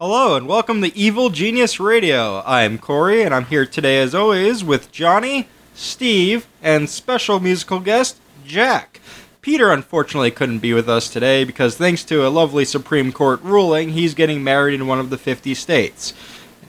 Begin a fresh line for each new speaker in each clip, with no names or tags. Hello and welcome to Evil Genius Radio. I'm Corey and I'm here today as always with Johnny, Steve, and special musical guest Jack. Peter unfortunately couldn't be with us today because thanks to a lovely Supreme Court ruling, he's getting married in one of the 50 states.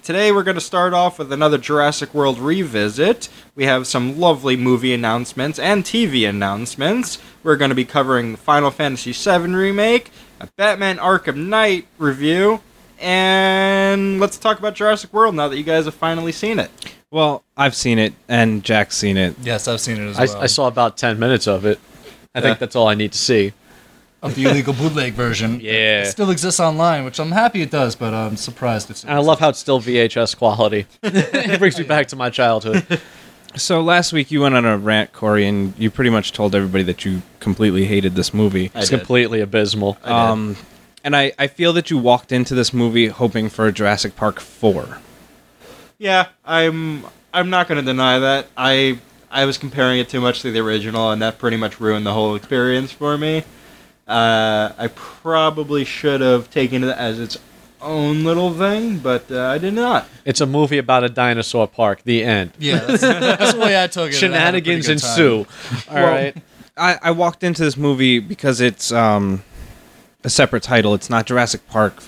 Today we're going to start off with another Jurassic World revisit. We have some lovely movie announcements and TV announcements. We're going to be covering the Final Fantasy VII remake, a Batman Arkham Knight review, and let's talk about Jurassic World now that you guys have finally seen it.
Well, I've seen it, and Jack's seen it.
Yes, I've seen it as
I,
well.
I saw about 10 minutes of it. I
Yeah.
think that's all I need to see.
of the illegal bootleg version.
Yeah.
It still exists online, which I'm happy it does, but I'm surprised it's.
And I love how it's still VHS quality. it brings me back to my childhood.
So last week you went on a rant, Corey, and you pretty much told everybody that you completely hated this movie.
It's
did.
completely abysmal.
Um, and I, I feel that you walked into this movie hoping for a Jurassic Park four.
Yeah, I'm I'm not going to deny that. I I was comparing it too much to the original and that pretty much ruined the whole experience for me. Uh, I probably should have taken it as its own little thing, but uh, I did not.
it's a movie about a dinosaur park. The end.
Yeah, that's, that's the way I took it. and I had a pretty
Shenanigans
good
ensue. All right.
I, I walked into this movie because it's um, a separate title. It's not Jurassic Park.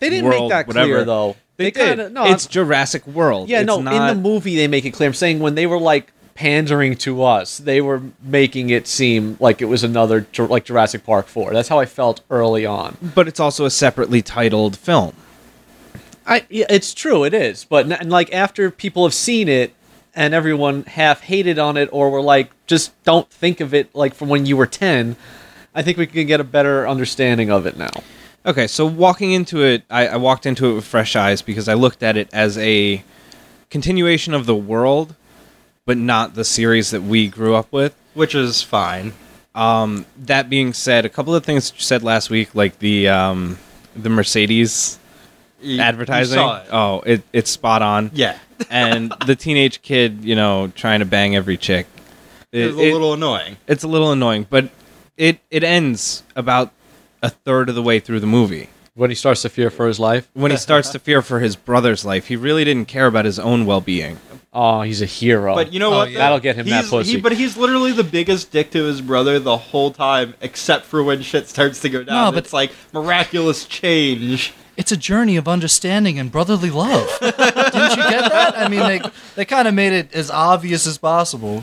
They didn't
World,
make that clear,
whatever.
though.
They,
kinda-
did.
no,
it's
I'm-
Jurassic World.
yeah,
It's
no.
not-
In the movie, they make it clear. I'm saying when they were like pandering to us, they were making it seem like it was another Ju- like Jurassic Park four. That's how I felt early on.
but it's also a separately titled film.
I yeah, it's true, it is. But n- and like after people have seen it and everyone half hated on it or were like, just don't think of it like from when you were ten. I think we can get a better understanding of it now.
Okay, so walking into it, I, I walked into it with fresh eyes because I looked at it as a continuation of the world, but not the series that we grew up with.
Which is fine.
That being said, a couple of things you said last week, like the um, the Mercedes
You- you
advertising.
saw it.
Oh, it, it's spot on.
Yeah.
and the teenage kid, you know, trying to bang every chick.
It,
It-
was
it-
a little annoying.
it's a little annoying, but it it ends about a third of the way through the movie.
When he starts to fear for his life,
when he starts to fear for his brother's life, he really didn't care about his own well-being.
oh, he's a hero.
But you know
Oh,
what?
yeah.
That'll get him that
He's- he-
pussy.
but he's literally the biggest dick to his brother the whole time, except for when shit starts to go down.
but-
it's like miraculous change.
It's a journey of understanding and brotherly love. Didn't you get that? I mean, they they kind of made it as obvious as possible.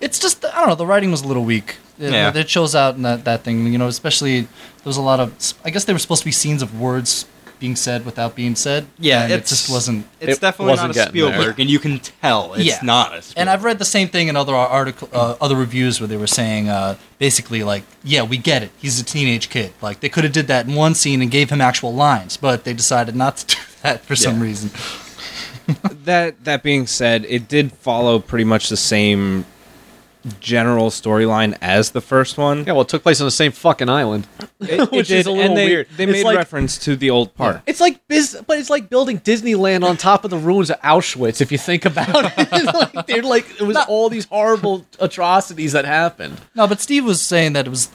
it's just I don't know. The writing was a little weak. It,
Yeah.
it shows out in that, that thing. You know, especially there was a lot of. I guess they were supposed to be scenes of words being said without being said. and it
it's-
just wasn't.
It's
It
definitely
wasn't
not a
getting there.
Spielberg, and you can tell it's
Yeah.
not a Spielberg.
And I've read the same thing in other article, uh, other reviews where they were saying uh, basically like, yeah, we get it. He's a teenage kid. Like they could have did that in one scene and gave him actual lines, but they decided not to do that for some
Yeah.
reason.
That that being said, it did follow pretty much the same general storyline as the first one.
yeah, well, it took place on the same fucking island.
It- it
Which is a little
and they,
weird.
They
It's
made
like-
reference to the old park.
It's like biz, but it's like building Disneyland on top of the ruins of Auschwitz. If you think about it, like, they're like it was all these horrible atrocities that happened.
No, but Steve was saying that it was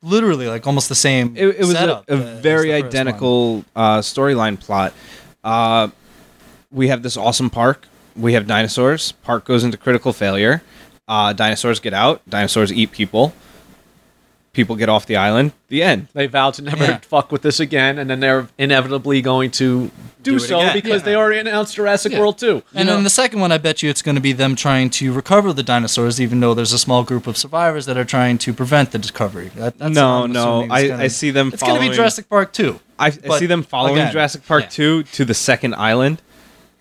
literally like almost the same.
It, it was a,
setup
a
as the
very
first one.
identical uh, storyline plot. Uh, we have this awesome park. We have dinosaurs. Park goes into critical failure. Uh, dinosaurs get out. Dinosaurs eat people. People get off the island. The end.
They vow to never
Yeah.
fuck with this again, and then they're inevitably going to do,
it
so
again.
because they already announced Jurassic World 2.
And then the second one, I bet you it's going to be them trying to recover the dinosaurs, even though there's a small group of survivors that are trying to prevent the discovery. That, that's
No,
what I'm
no,
assuming it's
I-
gonna-
I see them
It's going to
following-
be Jurassic Park two.
I, I
But
see them following
again,
Jurassic Park
yeah.
2 to the second island.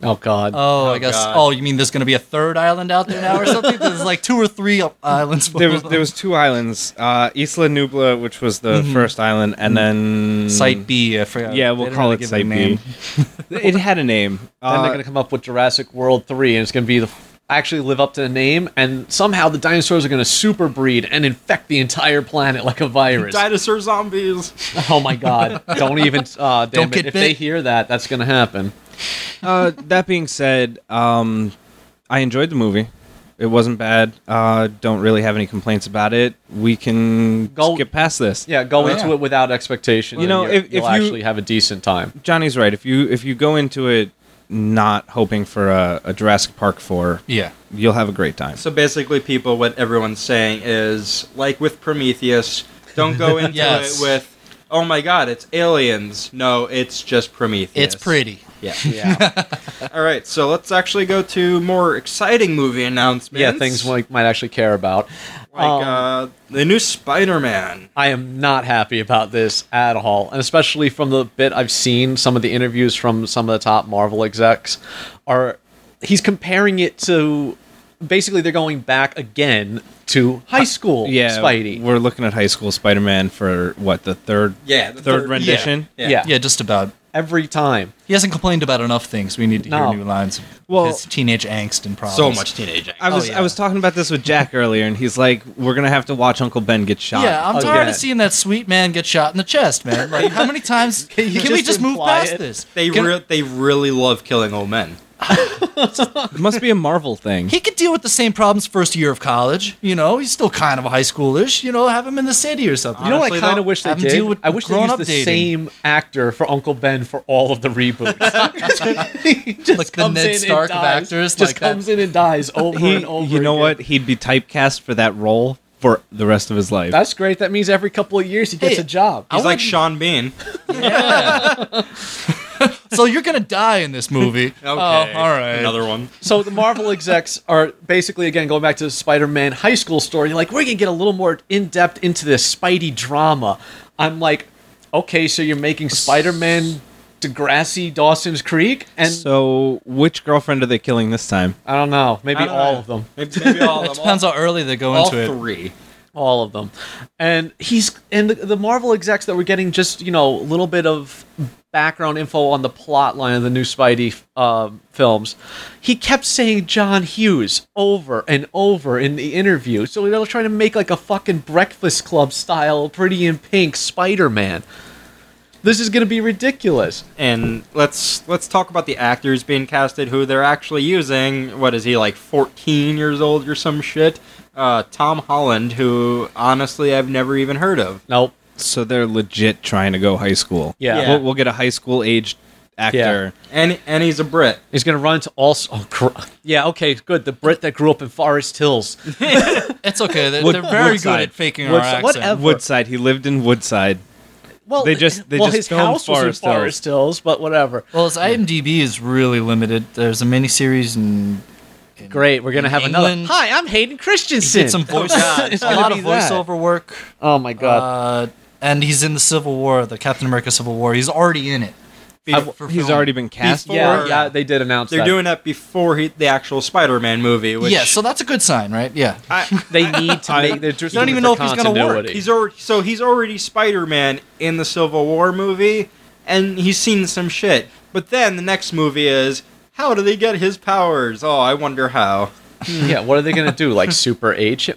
Oh God!
Oh, I guess.
God.
Oh, you mean there's going to be a third island out there now or something? There's like two or three islands.
There was there was two islands, uh, Isla Nubla, which was the first island, and then
Site B. I forgot.
Yeah,
Mm-hmm. They
we'll
didn't
call
really
it
give a
Site B.
name.
it had a name.
then they're
Uh,
going to come up with Jurassic World 3, and it's going to be the actually live up to the name, and somehow the dinosaurs are going to super breed and infect the entire planet like a virus.
Dinosaur zombies.
Oh my god! Don't even. Uh, damn
Don't
it.
get
if
bit.
they hear that, that's gonna happen.
uh, that being said, um, I enjoyed the movie. It wasn't bad. Uh, don't really have any complaints about it. We can
Go-
skip past this.
Yeah, go
Oh,
into
yeah.
it without expectation.
You
and
know,
you're-
if- if
you'll
you-
actually have a decent time.
Johnny's right. If you if you go into it not hoping for a, a Jurassic Park four,
Yeah.
you'll have a great time.
So basically, people, what everyone's saying is, like with Prometheus, don't go into
Yes.
it with, oh my god, it's aliens. No, it's just Prometheus.
It's pretty.
Yeah.
Yeah,
All right, so let's actually go to more exciting movie announcements.
yeah, things like might actually care about.
like
um,
uh, the new Spider-Man.
I am not happy about this at all, and especially from the bit I've seen, some of the interviews from some of the top Marvel execs are he's comparing it to basically they're going back again to high school
Yeah,
Spidey.
We're looking at high school Spider Man for what the third
Yeah, the
third,
third-
rendition.
Yeah.
yeah.
Yeah, just about.
every time.
He hasn't complained about enough things. We need to hear
No.
new lines. of
Well-
his teenage angst and problems.
So much Oh, teenage.
I was
yeah.
I was talking about this with Jack earlier, and he's like, "We're gonna have to watch Uncle Ben get shot."
Yeah, I'm
Oh,
tired
yeah.
of seeing that sweet man get shot in the chest, man. Like, how many times can,
you
we
just
just move
imply
past
it?
this?
They
Can-
re- they really love killing old men.
it must be a Marvel thing.
he could deal with the same problems first year of college. You know, he's still kind of a high schoolish. You know, have him in the city or something.
You know what I
Honestly,
kind
though,
of wish they
have 'em deal
did?
with
I wish they used
grown-up
the
dating.
same actor for Uncle Ben for all of the reboots. He just
Like the
comes
Ned
in and
Stark of
dies.
actors,
just
like uh, that.
comes in and dies over
He-
and over.
you know
again.
what? He'd be typecast for that role for the rest of his life.
That's great. That means every couple of years he gets
Hey,
a job.
I
He's like
wouldn't-
Sean Bean.
so you're gonna die in this movie.
Okay,
Oh, all right.
Another one.
So the Marvel execs are basically again going back to the Spider-Man high school story. Like we're gonna get a little more in depth into this Spidey drama. I'm like, okay, so you're making Spider-Man, Degrassi, Dawson's Creek, and
so, which girlfriend are they killing this time?
I don't know, maybe
I don't
all
know.
of them,
Maybe, maybe all of them.
Depends how early they go
all, all
into it.
three.
all of them. And he's and the, the Marvel execs that were getting just you know a little bit of background info on the plot line of the new Spidey uh, films. He kept saying John Hughes over and over in the interview. So they were trying to make like a fucking Breakfast Club style, Pretty in Pink Spider Man. This is gonna be ridiculous.
And let's let's talk about the actors being casted, who they're actually using. What is he like, fourteen years old or some shit? Uh, Tom Holland, who honestly I've never even heard of.
Nope.
So they're legit trying to go high school.
Yeah.
Yeah.
We'll, we'll get a high school aged actor.
And and he's a Brit.
He's gonna run to all. s- Oh, cr- yeah. Okay. Good. The Brit that grew up in Forest Hills.
It's okay. They're,
Wood-
they're very
Woodside.
good at faking
Woodside.
our accent.
Whatever.
Woodside. He lived in Woodside.
Well,
They just- they
well,
just
his
filmed
house
Forest
was
Hills.
in Forest Hills, but whatever.
Well, his IMDb is really limited. There's a miniseries and
Great, we're gonna have
England.
another. Hi, I'm Hayden
he
Christensen.
did some voice,
It's
a
gonna
lot
be
of
that.
voiceover work.
Oh my god.
Uh, and he's in the Civil War, the Captain America Civil War. He's already in it.
Bef-
for
He's
film.
already been cast.
Before-
yeah,
or-
yeah, they did announce
they're
that.
doing that before he, the actual Spider-Man movie. Which
yeah, so that's a good sign, right? Yeah.
I,
They need to make. They're just
You don't
doing
even
it
know
for
if he's gonna work.
continuity.
He's already so he's already Spider-Man in the Civil War movie, and he's seen some shit. But then the next movie is how do they get his powers? Oh, I wonder how.
yeah, what are they gonna do? Like Super H,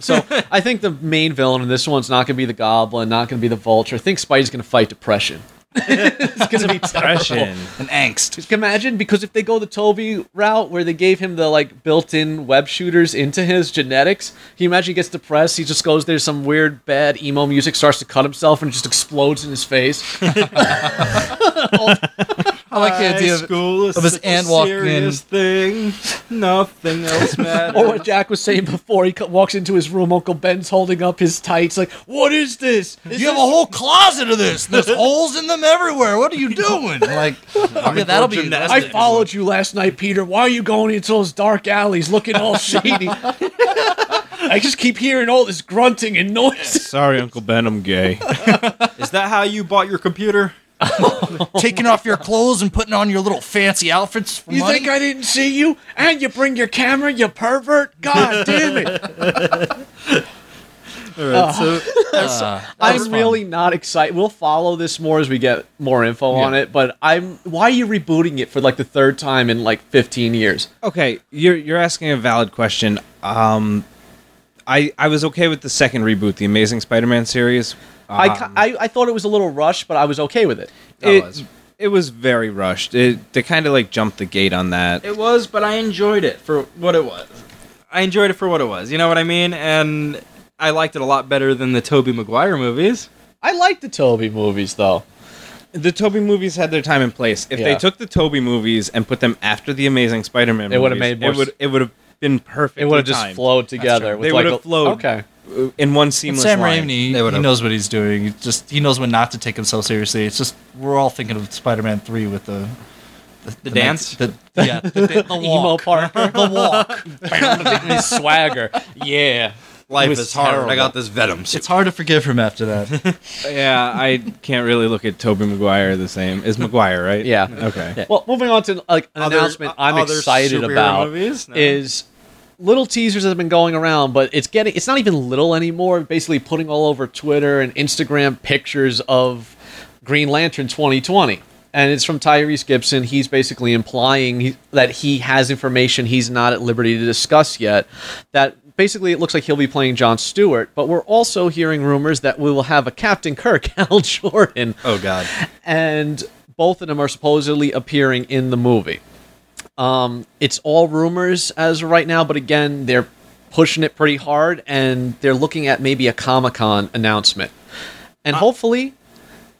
So I think the main villain in this one's not gonna be the Goblin, not gonna be the Vulture. I think Spidey's gonna fight depression. it's gonna be depression.
Depression.
An angst.
Just imagine because if they go the Toby route where they gave him the like built-in web shooters into his genetics, he imagine he gets depressed. He just goes there's some weird bad emo music, starts to cut himself, and just explodes in his face.
I like the
High
idea of
school is
of his
such
aunt
a
walking
serious thing. Nothing else matters.
Or what Jack was saying before, he co- walks into his room. Uncle Ben's holding up his tights, like, "What is this?"
you have a whole closet of this. There's holes in them everywhere. What are you doing? Like, yeah, that'll be.
gymnastics.
I followed you last night, Peter. Why are you going into those dark alleys, looking all shady? I just keep hearing all this grunting and noise.
Sorry, Uncle Ben, I'm gay.
is that how you bought your computer?
taking off your clothes and putting on your little fancy outfits. For
You
money?
think I didn't see you? And you bring your camera, you pervert! God damn it!
All right, so
Uh,
I'm really not excited. We'll follow this more as we get more info on it. But I'm. Why are you rebooting it for like the third time in like 15 years?
okay, you're you're asking a valid question. Um, I I was okay with the second reboot, the Amazing Spider-Man series. Um,
I, ki- I I thought it was a little rushed, but I was okay with it.
it, it was very rushed. It they kind of like jumped the gate on that.
it was, but I enjoyed it for what it was. I enjoyed it for what it was. You know what I mean? And I liked it a lot better than the Toby Maguire movies.
I like the Toby movies though.
The Toby movies had their time and place. If they
Yeah.
took the Toby movies and put them after the Amazing Spider-Man,
It would've
movies,
made more
It would.
s-
It would have been perfect.
It would have just flowed together.
true.
With
They
like
would've
a-
flowed.
Okay.
in one seamless
Sam
line.
Raimi,
They would've-
he knows what he's doing. He just he knows when not to take himself seriously. It's just we're all thinking of Spider-Man Three with the the, the
dance?
the, yeah, the, the, the
Emo
walk,
Parker.
the walk.
His swagger. Yeah.
Life
was
is hard.
terrible.
I got this Venom suit.
It's hard to forgive him after that.
Yeah, I can't really look at Toby Maguire the same. Is Maguire right?
Yeah.
Okay.
Well, moving on to like an
Other- uh,
announcement I'm
other
excited
superhero
about
movies? No.
is little teasers that have been going around, but it's getting it's not even little anymore. Basically, putting all over Twitter and Instagram pictures of Green Lantern 2020. And it's from Tyrese Gibson. He's basically implying he, that he has information he's not at liberty to discuss yet. That basically it looks like he'll be playing John Stewart, but we're also hearing rumors that we will have a Captain Kirk, Al Jordan,
oh god.
and both of them are supposedly appearing in the movie. Um, it's all rumors as of right now, but again, they're pushing it pretty hard, and they're looking at maybe a Comic Con announcement,
Uh,
and hopefully.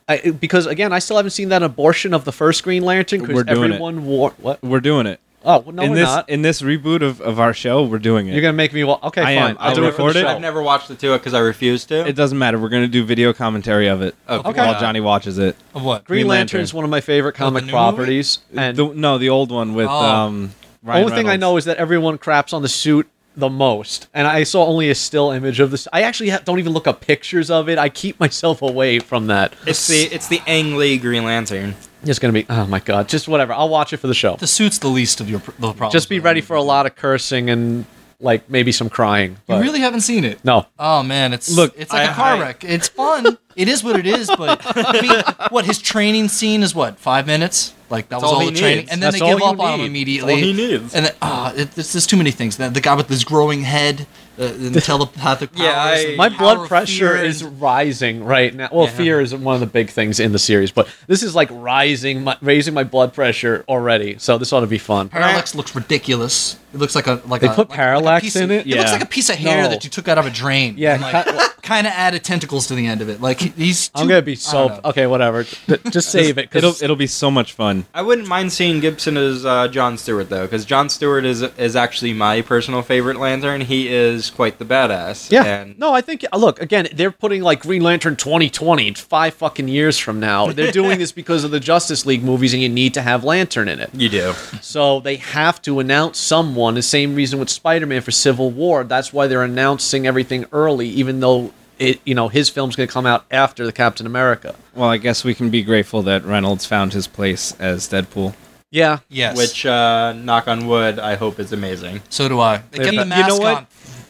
I, because again, I still haven't seen that abortion of the first Green Lantern
We're
because
doing it.
everyone wore what?
We're doing it.
Oh well, no,
in
we're
this
not.
in this reboot of, of our show, we're doing it.
You're gonna make me. Wa- okay,
I
fine.
am.
I'll,
I'll
do it for
record
the
it.
show.
I've never watched the two because I refuse to.
it doesn't matter. We're gonna do video commentary of it
Okay.
Okay.
while Johnny watches it.
of what?
Green,
Green
Lantern is
Lantern.
one of my favorite comic
new movie?
properties, and
The- no, the old one with
Oh.
um.
The
Ryan
only thing I
Reynolds.
know is that everyone craps on the suit the most, and I saw only a still image of this. I actually ha- don't even look up pictures of it. I keep myself away from that.
it's the it's the Ang Lee Green Lantern.
It's gonna be oh my god, just whatever. I'll watch it for the show.
The suit's the least of your pr- the problems.
Just be ready for a lot of cursing and like maybe some crying.
You
but-
really haven't seen it.
No.
Oh man, it's
Look,
look, it's like a
I-
car
I-
wreck. It's fun. it is what it is, but I mean, what his training scene is what five minutes? Like that
That's
was
all
all,
he
the training,
needs.
and then
That's
they give
all
up
you
on
need.
him immediately.
That's all he needs.
And then, ah, it, there's, there's too many things. The, the guy with his growing head, uh, and the telepathic powers.
Yeah, I-
and the
My
power
blood
of
pressure
fear
is
and-
rising right now. Well,
Yeah.
fear is one of the big things in the series, but this is like rising, my, raising my blood pressure already. So this ought to be fun.
Parallax looks ridiculous. It looks like a like
They
a, like- like
put
a
Parallax
piece of-
in it?
It looks
Yeah.
like a piece of hair
No.
that you took out of a drain.
Yeah,
and, like, kind of added tentacles to the end of it. Like he's. Too,
I'm gonna be
I don't
so
know.
okay. Whatever. Th- Just save it. 'cause-
It'll it'll be so much fun.
I wouldn't mind seeing Gibson as uh, John Stewart though, because John Stewart is is actually my personal favorite Lantern. He is quite the badass.
Yeah.
And
no, I think look, again, they're putting like Green Lantern 2020 five fucking years from now. They're doing this because of the Justice League movies and you need to have Lantern in it.
you do.
So they have to announce someone. The same reason with Spider-Man for Civil War. That's why they're announcing everything early even though it you know his film's going to come out after the Captain America.
Well, I guess we can be grateful that Reynolds found his place as Deadpool.
Yeah.
Yes.
Which uh, knock on wood, I hope is amazing.
So do I. They
You-
kept
you
the mask
know what?
on.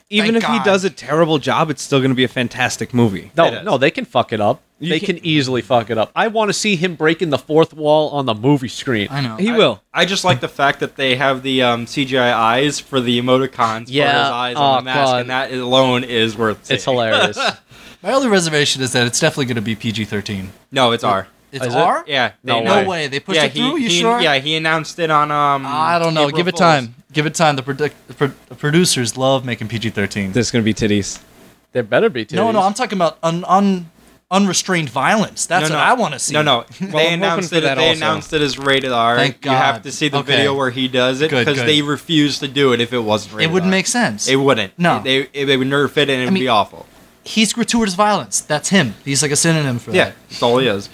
Even
Thank
if he
God.
does a terrible job, it's still going to be a fantastic movie.
It
No,
is.
no, they can fuck it up.
You
they
can-
can easily fuck it up. I want to see him breaking the fourth wall on the movie screen.
I know.
He
I-
will.
I just like the fact that they have the um, CGI eyes for the emoticons for
Yeah.
his eyes on
Oh,
the mask,
God.
and that alone is worth. Seeing.
It's hilarious.
my only reservation is that it's definitely going to be PG thirteen.
No, it's R.
It's
Is it?
R.
Yeah,
No
they-
No
Right.
way. They pushed it through. you
he,
sure?
Yeah, he announced it on. Um,
I don't know.
April
Give it
Fool's.
time. Give it time. The, produ- the pro- the producers love making PG thirteen.
There's going to be titties.
there better be
No, no.
titties.
I'm talking about un, un unrestrained violence. That's
no,
what
no.
I want to see.
No, no. they
I'm
announced
hoping
it.
for that
They
also.
announced it as rated R.
Thank
You have
God.
to see the
Okay.
video where he does it
Good,
because
good.
they refused to do it if it wasn't
It
rated. R.
wouldn't make sense.
It wouldn't.
No.
they it, they would nerf it and it would
mean-
be awful.
He's gratuitous violence. That's him. He's like a synonym for
Yeah,
that.
that's all he is.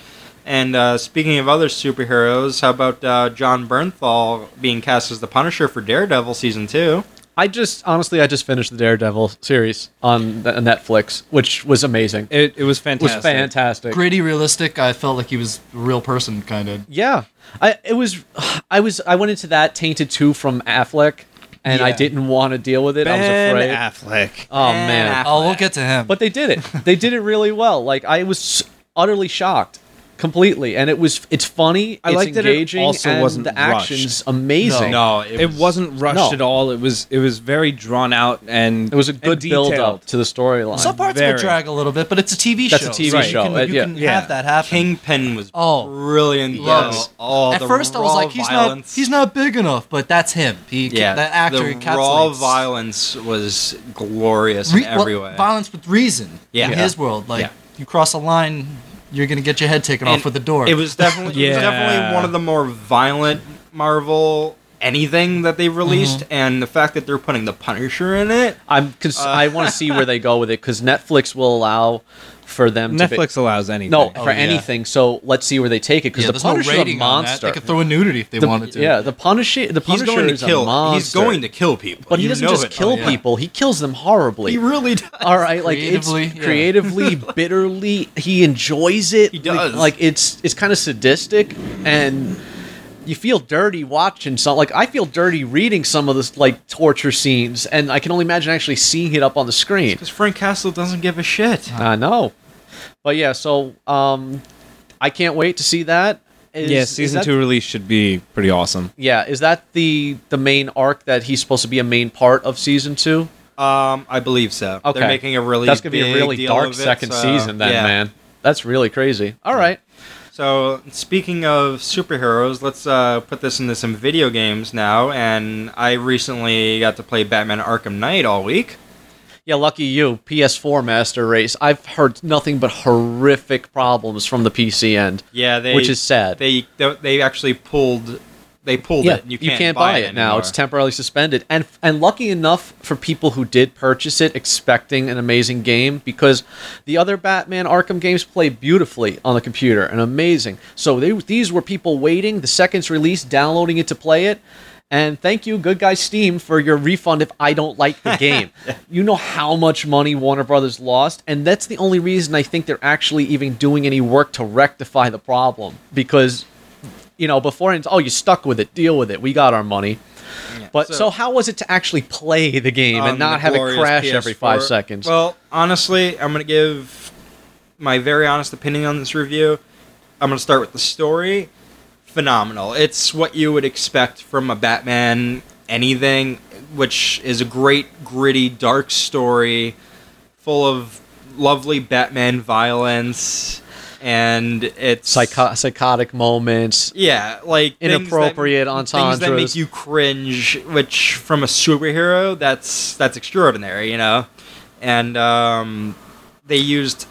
And uh, speaking of other superheroes, how about uh, John Bernthal being cast as the Punisher for Daredevil season two?
I just honestly, I just finished the Daredevil series on the- Netflix, which was amazing. It
It, it was
was
fantastic.
fantastic.
Gritty, realistic. I felt like he was a real person, kind of.
Yeah, I it was. I was. I went into that tainted too from Affleck, and I
Yeah.
didn't want to deal with it. I was
Ben
afraid.
Affleck.
oh
Ben
man!
Affleck.
Oh, we'll get to him.
But they did it. They did it really well. Like I was utterly shocked completely, and it was it's funny.
I
it's
like that it
engaging,
also
and
wasn't
the action's amazing.
No, it,
was-
was, not rushed
No.
at all. It was it was very drawn out and
It was a
and
good build up
detailed.
to the storyline.
Some parts
very-
would drag a little bit, but it's a TV
That's a
show.
TV
so
show,
You can,
uh,
you
yeah.
can
Yeah.
have that happen.
Kingpin was
Oh,
brilliant.
yes.
though. Oh,
At
the
first, I was
raw
like, he's
violence.
not he's not big enough, but that's him. He
Yeah,
that actor
The
encapsulates
raw violence was glorious
re-
in every
well,
way.
violence with reason.
Yeah.
in
Yeah.
his world, like
Yeah.
you cross a line, you're gonna get your head taken
And
off with a door.
It was definitely it
Yeah.
was definitely one of the more violent Marvel anything that they've released,
Mm-hmm.
and the fact that they're putting the Punisher in it.
I'm cons-
Uh.
I want to see where they go with it because Netflix will allow for them to be-
Netflix allows anything.
no
Oh,
for
yeah.
anything. So let's see where they take it because
yeah,
the
there's no
Punisher
rating
a
on that.
monster.
They could throw a nudity if they
The-
wanted to.
Yeah, the Punisher the
He's
Punisher
going to
is a
kill. He's
monster.
going to kill people.
but he
You
doesn't
know
just
it.
kill
Oh, yeah.
people. He kills them horribly.
He really does.
all right like it's
Creatively, yeah.
creatively bitterly he enjoys it
He does.
like it's it's kind of sadistic and you feel dirty watching some like i feel dirty reading some of this like torture scenes and i can only imagine actually seeing it up on the screen
Because Frank Castle doesn't give a shit.
i know but yeah so um i can't wait to see that is,
yeah,
is
season
that-
two release should be pretty awesome.
yeah is that the the main arc that he's supposed to be a main part of season two
Um, I believe so.
Okay.
They're making a really
that's gonna be a
big
really
deal
dark
of it,
second
so,
season then
yeah.
man that's really crazy all right
So speaking of superheroes, let's uh, put this into some video games now. And I recently got to play Batman Arkham Knight all week.
Yeah, lucky you. PS4 Master Race. I've heard nothing but horrific problems from the PC end.
Yeah, they
Which is sad.
They they, they actually pulled they pulled
Yeah,
it. You can't, buy, it,
now.
anymore.
It's temporarily suspended. And and lucky enough for people who did purchase it expecting an amazing game because the other Batman Arkham games play beautifully on the computer and amazing. So they these were people waiting the second's release downloading it to play it. And thank you, good guy Steam, for your refund if I don't like the game. You know how much money Warner Brothers lost, and that's the only reason I think they're actually even doing any work to rectify the problem. Because you know, beforehand, oh, you stuck with it, deal with it. We got our money. But so,
So-
how was it to actually play the game
on
and
the
not have it
glorious
crash every five
PS4.
seconds?
Well, honestly, I'm gonna give my very honest opinion on this review. I'm gonna start with the story. Phenomenal. It's what you would expect from a Batman anything, which is a great, gritty, dark story full of lovely Batman violence and it's
Psycho- psychotic moments.
yeah, like things that-
Inappropriate
things that make
entendres.
you cringe. Which from a superhero, that's that's extraordinary, you know. And um, they used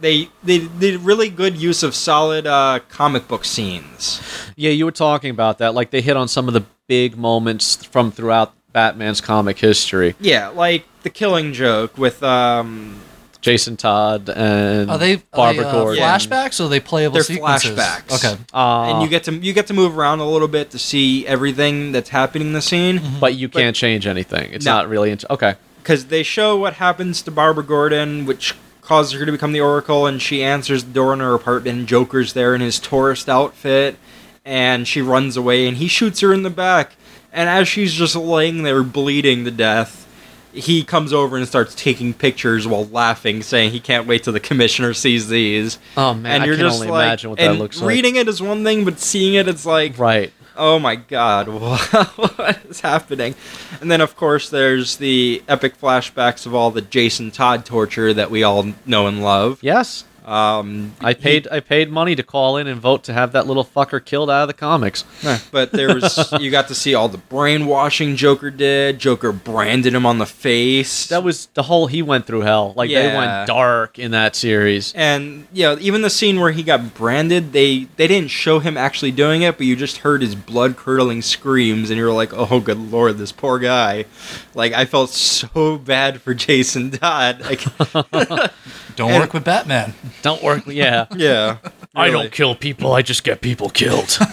they they did really good use of solid uh, comic book scenes.
Yeah, you were talking about that. Like they hit on some of the big moments from throughout Batman's comic history.
Yeah, like the Killing Joke with um,
Jason Todd and
Are they, are
Barbara
they, uh,
Gordon.
Yeah.
flashbacks or are they playable
They're
sequences?
flashbacks.
Okay.
Uh,
and you get to you get to move around a little bit to see everything that's happening in the scene.
but you
but-
can't change anything. It's
No.
not really int- okay.
because they show what happens to Barbara Gordon, which causes her to become the Oracle, and she answers the door in her apartment. And Joker's there in his tourist outfit, and she runs away, and he shoots her in the back. And as she's just laying there bleeding to death, he comes over and starts taking pictures while laughing, saying he can't wait till the commissioner sees these.
Oh man,
and
I
you're
can
just
only
like,
imagine what
and
that looks
reading it is one thing, but seeing it, it's like,
like. Right.
Oh my god, what is happening? And then, of course, there's the epic flashbacks of all the Jason Todd torture that we all know and love.
Yes.
Um,
I paid I paid money to call in and vote to have that little fucker killed out of the comics.
but there was you got to see all the brainwashing Joker did. Joker branded him on the face.
That was the whole he went through hell. Like they
Yeah.
went dark in that series.
and you know, even the scene where he got branded, they they didn't show him actually doing it, but you just heard his blood curdling screams, and you were like, "Oh, good lord, this poor guy!" Like I felt so bad for Jason Todd. Like,
Don't
And-
work with Batman.
Don't work. Yeah.
yeah,
I
Really.
don't kill people. I just get people killed.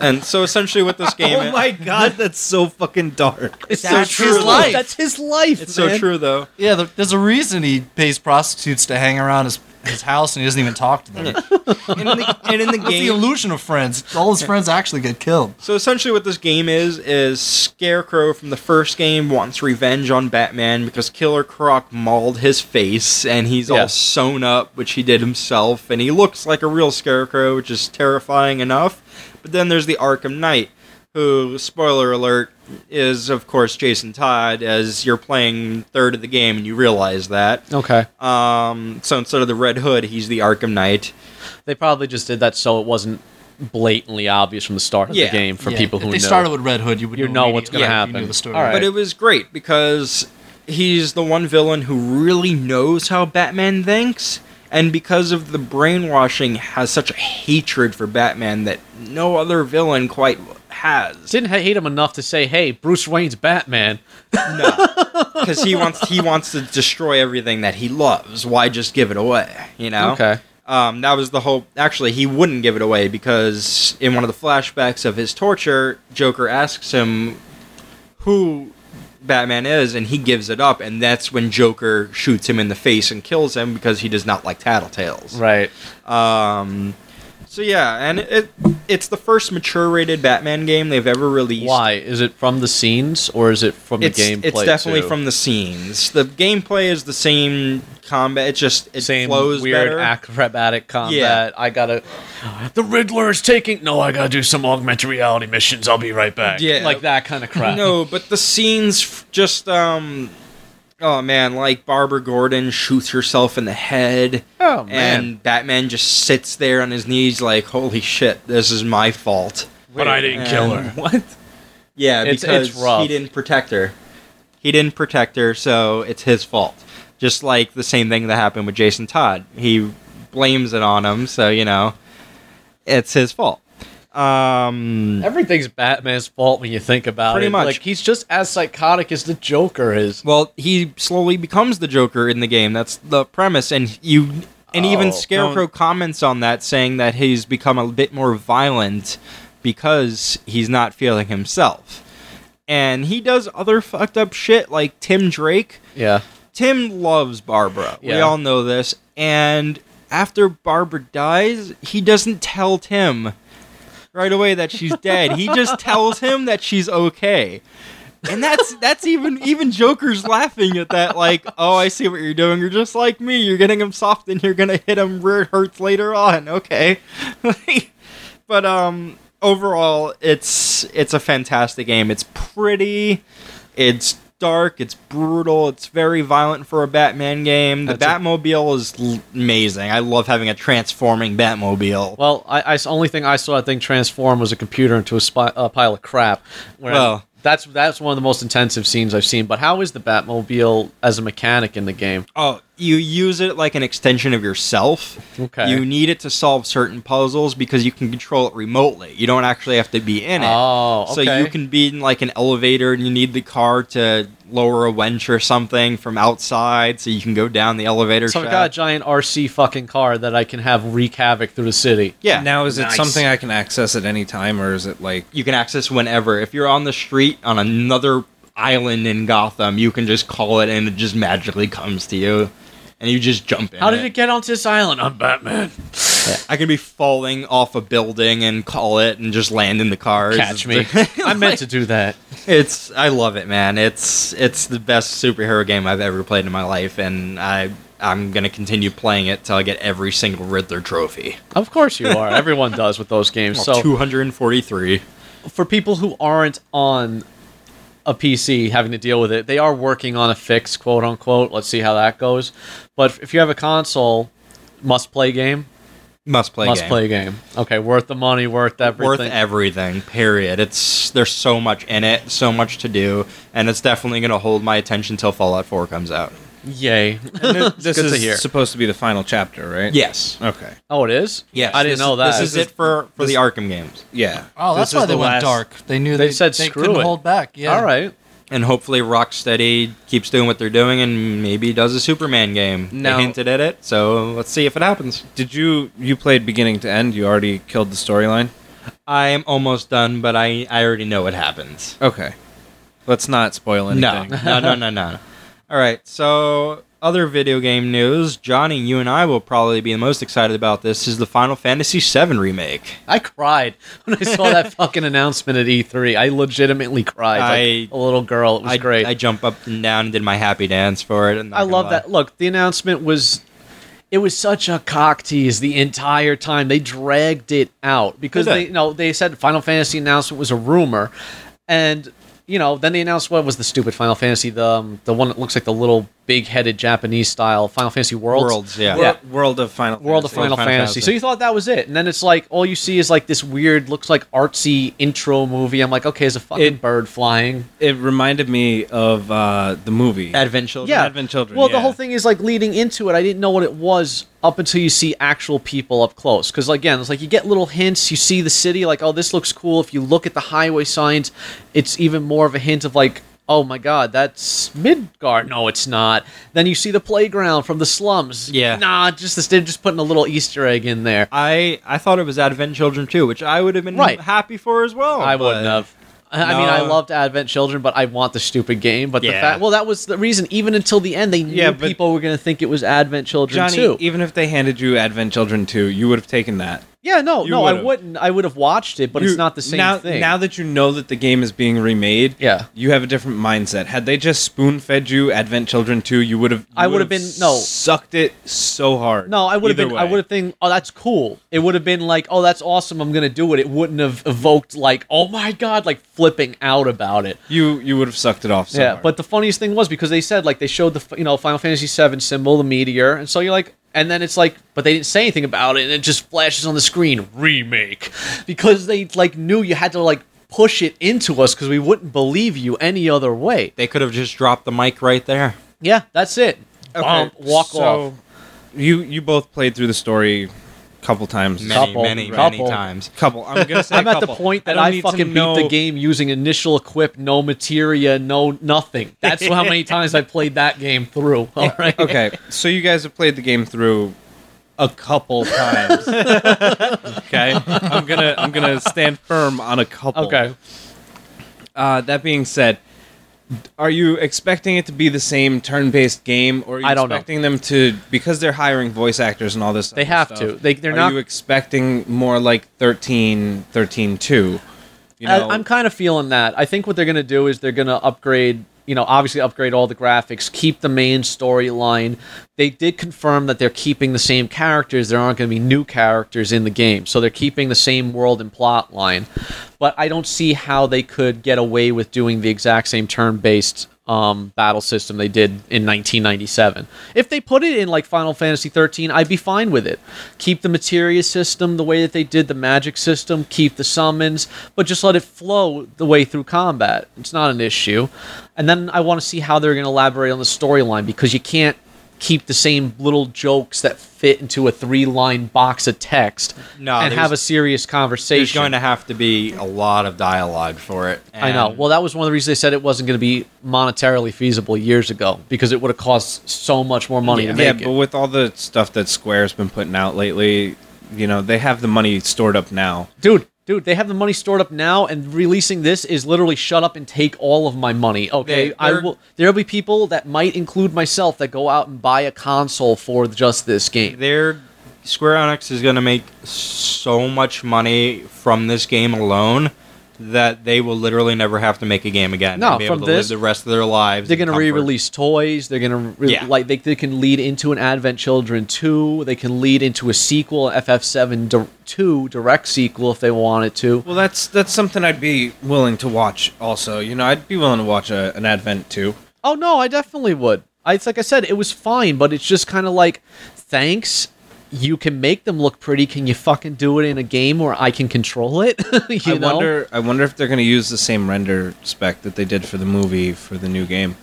And so essentially, what this game,
Oh my god, that's so fucking dark.
it's
That's his life.
That's his life.
it's so
man.
true though.
Yeah, there- there's a reason he pays prostitutes to hang around his his house and he doesn't even talk to them.
And in the, and in the
What's the
game,
illusion of friends? All his friends actually get killed.
So essentially, what this game is is Scarecrow from the first game wants revenge on Batman because Killer Croc mauled his face and he's
Yeah.
all sewn up, which he did himself, and he looks like a real Scarecrow, which is terrifying enough. But then there's the Arkham Knight, who, spoiler alert, is of course Jason Todd. As you're playing third of the game and you realize that.
Okay.
Um, so instead of the Red Hood, he's the Arkham Knight.
They probably just did that so it wasn't blatantly obvious from the start of
Yeah.
the game for
Yeah,
people
if
who
they
know.
started with Red Hood, you would
You know what's
immediately
gonna
if you knew
happen.
the story.
All right.
But it was great because he's the one villain who really knows how Batman thinks, and because of the brainwashing, has such a hatred for Batman that no other villain quite has.
Didn't hate him enough to say, "Hey, Bruce Wayne's Batman."
Because he wants he wants to destroy everything that he loves. Why just give it away? You know.
Okay.
Um, that was the whole. Actually, he wouldn't give it away because in one of the flashbacks of his torture, Joker asks him who Batman is, and he gives it up, and that's when Joker shoots him in the face and kills him because he does not like tattletales.
Right.
Um, so yeah, and it it's the first mature rated Batman game they've ever released.
Why is it from the scenes or is it from
It's,
the gameplay?
it's definitely
too?
from the scenes. The gameplay is the same combat. It just it
same
flows
weird
better.
acrobatic combat.
Yeah.
I gotta. The Riddler is taking. No, I gotta do some augmented reality missions. I'll be right back.
Yeah.
like that kind of crap.
No, but the scenes f- just um oh man, like Barbara Gordon shoots herself in the head
Oh
and Batman just sits there on his knees like holy shit, this is my fault.
But I didn't kill her.
what?
Yeah,
It's-
because
it's rough.
he didn't protect her. He didn't protect her, so it's his fault. Just like the same thing that happened with Jason Todd. He blames it on him, so you know, it's his fault. Um
Everything's Batman's fault when you think about
Pretty
it.
much.
Like he's just as psychotic as the Joker is.
Well, he slowly becomes the Joker in the game. That's the premise, and you and
Oh.
even Scarecrow comments on that, saying that he's become a bit more violent because he's not feeling himself. And he does other fucked up shit like Tim Drake.
Yeah.
Tim loves Barbara. We
Yeah.
all know this. And after Barbara dies, he doesn't tell Tim right away that she's dead. he just tells him that she's okay. And that's that's even even Joker's laughing at that like, "Oh, I see what you're doing. You're just like me. You're getting him soft and you're going to hit him where it hurts later on." Okay. but um overall, it's it's a fantastic game. It's pretty it's dark, it's brutal, it's very violent for a Batman game. The
That's
Batmobile is l- amazing. I love having a transforming Batmobile.
Well, I, I s- only thing I saw I think transform was a computer into a, spy, a pile of crap. whereas
Well-
that's that's one of the most intensive scenes I've seen. But how is the Batmobile as a mechanic in the game?
Oh, you use it like an extension of yourself.
Okay.
You need it to solve certain puzzles because you can control it remotely. You don't actually have to be in it.
Oh,
So
okay.
you can be in like an elevator and you need the car to lower a wench or something from outside so you can go down the elevator
So I've
shaft.
got a giant RC fucking car that I can have wreak havoc through the city.
yeah.
Now, is
Nice.
it something I can access at any time, or is it like
you can access whenever. If you're on the street on another island in Gotham, you can just call it and it just magically comes to you. And you just jump in.
How did it get onto this island? I'm Batman.
I can be falling off a building and call it and just land in the cars.
Catch me. I meant to do that.
It's I love it, man. It's it's the best superhero game I've ever played in my life, and I I'm gonna continue playing it till I get every single Riddler trophy.
Of course you are. Everyone does with those games. So
243.
for people who aren't on a PC having to deal with it, they are working on a fix, quote unquote. Let's see how that goes. But if you have a console, must play game,
Must play.
must
game.
play game. Okay, worth the money, worth everything.
Worth everything. Period. It's there's so much in it, so much to do, and it's definitely gonna hold my attention till Fallout 4 comes out.
Yay.
this
good to
is
hear.
supposed to be the final chapter, right?
Yes.
Okay.
oh, it is?
Yes.
I didn't
this
know
is- This
that.
is it for for the Arkham games,
Yeah.
Oh, that's
This is
why they
the
went
last-
dark. They knew
They
they,
said,
they
"Screw
couldn't
it."
hold back. Yeah.
All right.
and hopefully Rocksteady keeps doing what they're doing and maybe does a Superman game.
Now-
they hinted at it, so let's see if it happens.
Did you you played beginning to end? You already killed the storyline.
I am almost done, but I, I already know what happens.
Okay. Let's not spoil anything.
No, no, no, no, no. All right, so other video game news, Johnny, you and I will probably be the most excited about this is the Final Fantasy VII remake.
I cried when I saw that fucking announcement at E3. I legitimately cried like
I-
a little girl. It was
I,
great.
I jumped up and down and did my happy dance for it. I'm not
I
gonna
love
lie.
that. Look, the announcement was it was such a cock tease the entire time. They dragged it out because
They
they,
did.
you know they said Final Fantasy announcement was a rumor, and you know then they announced what was the stupid Final Fantasy the um, the one that looks like the little big headed Japanese style Final Fantasy Worlds.
Worlds, yeah.
Yeah.
World, World of Final
World of
Fantasy.
Final, Fantasy. So you thought that was it, and then it's like all you see is like this weird, looks like artsy intro movie. I'm like, okay, is a fucking
It-
bird flying?
it reminded me of uh, the movie.
Advent Children.
yeah.
Advent Children,
Well, the
yeah.
whole thing is like leading into it. I didn't know what it was up until you see actual people up close. Because again, it's like you get little hints. You see the city, like, oh, this looks cool. If you look at the highway signs, it's even more of a hint of like, oh my god, that's Midgard. No, it's not. Then you see the playground from the slums.
Yeah.
Nah, just this. They're just putting a little Easter egg in there.
I I thought it was Advent Children too, which I would have been
Right.
happy for as well.
I
Oh,
but-
wouldn't have. I I mean, I
No.
loved Advent Children, but I want the stupid game. But the
Yeah.
fact, well, that was the reason. Even until the end, they knew
Yeah, but-
people were going to think it was Advent Children
Johnny,
too.
even if they handed you Advent Children 2, you would have taken that.
yeah, no,
you
no, I
would've.
wouldn't. I would have watched it, but
You-
it's not the same
now,
thing.
Now that you know that the game is being remade,
Yeah.
you have a different mindset. Had they just spoon fed you Advent Children 2, you would have. you
I would
would
have been- no.
sucked it so hard.
no, I would have
Either
been. I
way.
would have think, oh, that's cool. It would have been like, oh, that's awesome. I'm going to do it. It wouldn't have evoked like, oh my god, like flipping out about it.
You you would have sucked it off. So
yeah,
hard.
but the funniest thing was because they said like they showed the f- you know Final Fantasy VII symbol, the meteor, and so you're like, and then it's like, but they didn't say anything about it, and it just flashes on the screen remake because they like knew you had to like push it into us because we wouldn't believe you any other way.
They could have just dropped the mic right there.
Yeah, that's it.
Okay,
Bump, walk
so
off.
You you both played through the story a couple times.
Many,
Couple,
many, many
couple.
times.
Couple. I'm gonna say.
I'm at the
couple.
point that
don't
I,
need to
fucking beat
know-
the game using initial equip, no materia, no nothing. That's how many times I played that game through. All right.
Okay, so you guys have played the game through a couple times. okay, I'm gonna I'm gonna stand firm on a couple.
Okay.
Uh, that being said, are you expecting it to be the same turn-based game, or are you
I don't know.
expecting them to because they're hiring voice actors and all this?
They
other
have
stuff,
to. They- they're
are
not-
you expecting more like 13, 13 2? You know,
I, I'm kind of feeling that. I think what they're going to do is they're going to upgrade, you know, obviously upgrade all the graphics, keep the main storyline. They did confirm that they're keeping the same characters. There aren't going to be new characters in the game. So they're keeping the same world and plot line. But I don't see how they could get away with doing the exact same turn based um, battle system they did in 1997. If they put it in like Final Fantasy 13, I'd be fine with it. Keep the materia system the way that they did the magic system, keep the summons, but just let it flow the way through combat. It's not an issue. And then I want to see how they're going to elaborate on the storyline because you can't keep the same little jokes that fit into a three-line box of text
No,
and
there's-
have a serious conversation.
There's going to have to be a lot of dialogue for it.
I know.
and-
Well, that was one of the reasons they said it wasn't going to be monetarily feasible years ago because it would have cost so much more money to
yeah,
make
but
it.
with all the stuff that Square's been putting out lately, you know, they have the money stored up now.
Dude, dude, they have the money stored up now, and releasing this is literally shut up and take all of my money. Okay,
They-
I
they're-
will. There'll be people that might include myself that go out and buy a console for just this game.
They're Square Enix is going to make so much money from this game alone that they will literally never have to make a game again.
No,
and be
from
able to
this-
live the rest of their lives.
They're
in
going to
comfort.
re-release toys. They're going to re-
Yeah.
like they, they can lead into an Advent Children two. They can lead into a sequel, FF7 di- two direct sequel if they wanted to.
Well, that's that's something I'd be willing to watch. Also, you know, I'd be willing to watch a, an Advent too.
Oh no, I definitely would. I, it's like I said, it was fine, but it's just kind of like, thanks. You can make them look pretty. Can you fucking do it in a game where I can control it? you
I
know?
wonder. I wonder if they're going to use the same render spec that they did for the movie for the new game.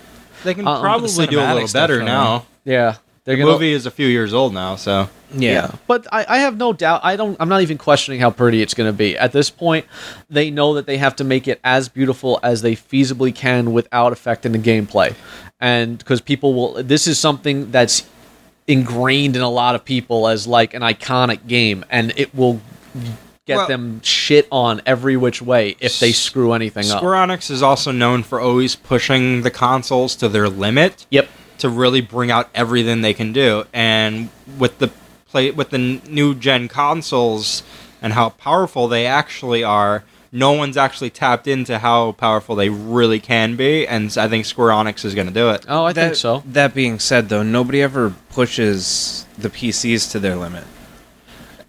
They can
Uh-uh.
probably do a
Cinematic
little
stuff,
better
though.
now.
Yeah, they're
The
gonna.
movie is a few years old now, so
Yeah. But I, I have no doubt. I don't. I'm not even questioning how pretty it's going to be. At this point, they know that they have to make it as beautiful as they feasibly can without affecting the gameplay, and because people will. This is something that's ingrained in a lot of people as like an iconic game, and it will get
Well-
them shit on every which way if they screw anything up.
Square Enix is also known for always pushing the consoles to their limit
Yep.
to really bring out everything they can do. And with the play with the n- new gen consoles and how powerful they actually are, no one's actually tapped into how powerful they really can be. And I think Square Enix is going to do it.
Oh, I
that,
think so.
That being said, though, nobody ever pushes the PCs to their limit.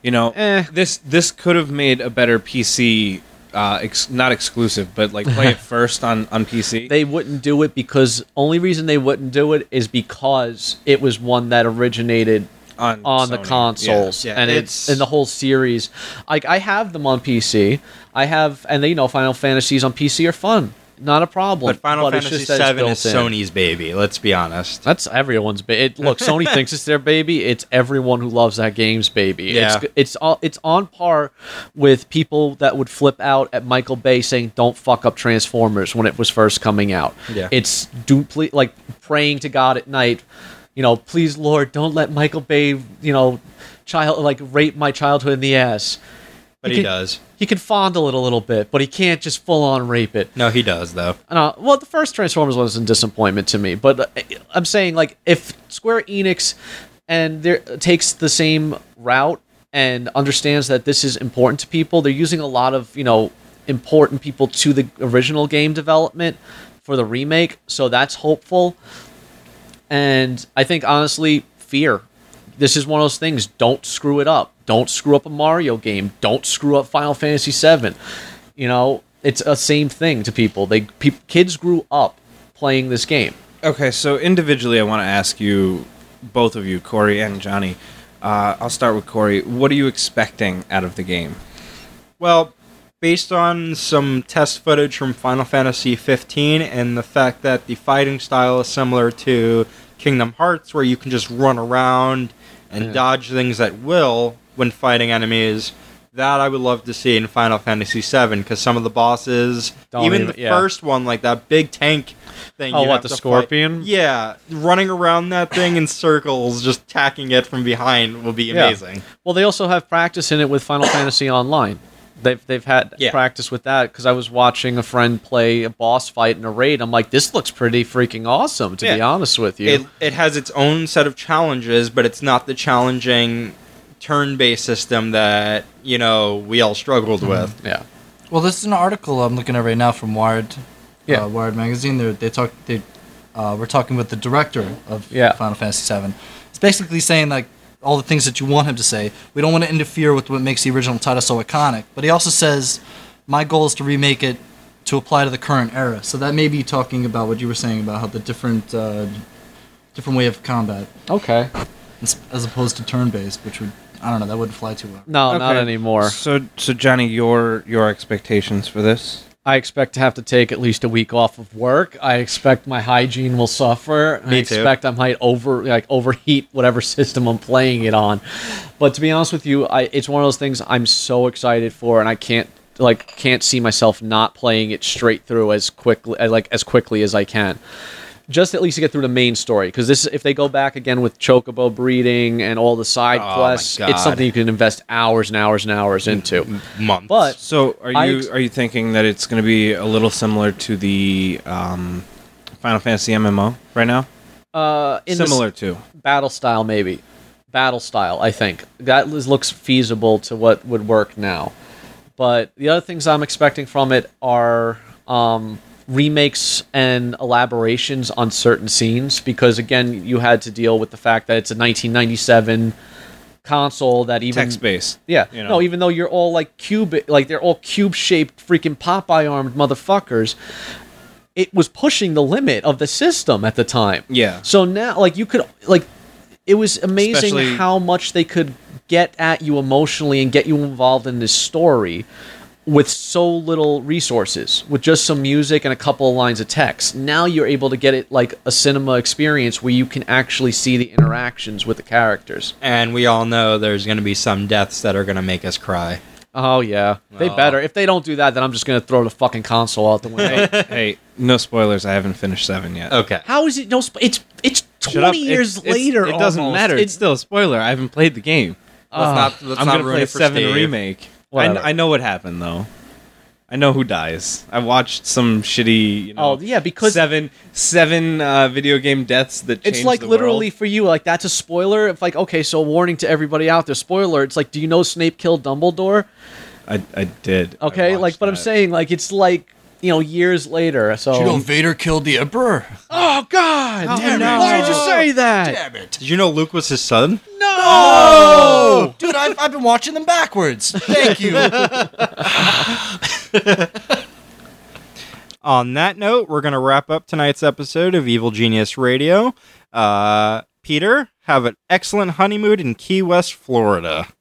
You know,
Eh.
this this could have made a better PC, uh, ex- not exclusive, but like play it first on on PC.
They wouldn't do it because only reason they wouldn't do it is because it was one that originated
on
on the
Sony.
consoles
Yeah.
and
Yeah,
it's
it's-
in the whole series. Like I have them on PC. I have and they you know Final Fantasies on PC are fun. Not a problem.
But Final
it's
Fantasy
just that
VII
it's
is
built in.
Sony's baby. Let's be honest.
That's everyone's baby. It, look, Sony thinks it's their baby. It's everyone who loves that game's baby.
Yeah.
It's it's all it's on par with people that would flip out at Michael Bay saying "Don't fuck up Transformers" when it was first coming out.
Yeah.
It's dupli- like praying to God at night, you know, please Lord, don't let Michael Bay, you know, child like rape my childhood in the ass.
But he
could-
does.
He can fondle it a little bit, but he can't just full on rape it.
No, he does though.
And, uh, well, the first Transformers was a disappointment to me, but uh, I'm saying like if Square Enix and there takes the same route and understands that this is important to people, they're using a lot of you know important people to the original game development for the remake, so that's hopeful. And I think honestly, fear. This is one of those things. Don't screw it up. Don't screw up a Mario game. Don't screw up Final Fantasy VII. You know, it's a same thing to people. They pe- kids grew up playing this game.
Okay, so individually, I want to ask you, both of you, Corey and Johnny. Uh, I'll start with Corey. What are you expecting out of the game?
Well, based on some test footage from Final Fantasy 15 and the fact that the fighting style is similar to Kingdom Hearts where you can just run around and dodge things at will when fighting enemies, that I would love to see in Final Fantasy 7 cuz some of the bosses,
Don't
even,
even-
the
yeah.
first one like that big tank thing
Oh,
you
what,
have
the
to fight-
scorpion?
Yeah, running around that thing in circles just attacking it from behind will be
Yeah.
amazing.
Well, they also have practice in it with Final Fantasy Online. They've they've had
Yeah.
practice with that because I was watching a friend play a boss fight in a raid. I'm like, this looks pretty freaking awesome. To be
Yeah.
honest with you,
it, it has its own set of challenges, but it's not the challenging turn-based system that you know we all struggled with.
yeah.
Well, this is an article I'm looking at right now from Wired,
Yeah.
uh, Wired magazine. They're, they talk. They uh, we're talking with the director of
Yeah.
Final Fantasy VII. It's basically saying like all the things that you want him to say. We don't want to interfere with what makes the original title so iconic. But he also says, my goal is to remake it to apply to the current era. So that may be talking about what you were saying about how the different uh, different way of combat
Okay.
as as opposed to turn based, which would I don't know that wouldn't fly too well.
No, not
Okay.
anymore.
So, so Johnny, your your expectations for this?
I expect to have to take at least a week off of work. I expect my hygiene will suffer. I
Me too.
expect I might over like overheat whatever system I'm playing it on. But to be honest with you, I, it's one of those things I'm so excited for, and I can't like can't see myself not playing it straight through as quickly uh, like as quickly as I can just at least to get through the main story because this if they go back again with chocobo breeding and all the side
Oh my
quests
God. Mm,
it's something you can invest hours and hours and hours into
Months,
But-
So, are
I
you
ex-
are you thinking that it's going to be a little similar to the um, Final Fantasy MMO right now?
uh in the s-
similar to.
battle style maybe battle style i think that is- looks feasible to what would work now but the other things i'm expecting from it are um, remakes and elaborations on certain scenes because again you had to deal with the fact that it's a 1997 console that even
text based.
yeah.
you know.
No, even though you're all like cube, like they're all cube shaped, freaking Popeye armed motherfuckers. It was pushing the limit of the system at the time.
Yeah.
So now, like you could, like, it was amazing
Especially-
how much they could get at you emotionally and get you involved in this story with so little resources with just some music and a couple of lines of text now you're able to get it like a cinema experience where you can actually see the interactions with the characters
and we all know there's going to be some deaths that are going to make us cry.
Oh yeah, they
Well.
better. If they don't do that, then I'm just gonna throw the fucking console out the window.
hey, no spoilers. I haven't finished seven yet.
Okay,
How is it? No, sp- it's it's
Shut up.
20 Oh,
It's-
years
it's-
later.
It doesn't
almost.
matter. It's still a spoiler. I haven't played the game.
let's not let's
Ah, I'm
not
gonna
ruin
play
it for
seven
Steve.
remake. I,
Whatever.
I know what happened though. I know who dies. I watched some shitty. You know,
Oh, yeah, because-
seven seven uh, video game deaths that
It's
changed
like
the
literally
world.
for you, like that's a spoiler. It's like okay, so warning to everybody out there, spoiler. It's like, do you know Snape killed Dumbledore?
I, I did. I
Okay, like,
watched
but I'm
that.
saying like it's like you know years later. So
You know, Vader killed the Emperor.
oh god,
damn it.
why did you say that?
Damn it.
Did you know Luke was his son?
Oh, dude, I've, I've been watching them backwards. Thank you.
On that note, we're going to wrap up tonight's episode of Evil Genius Radio. Uh, Peter, have an excellent honeymoon in Key West, Florida.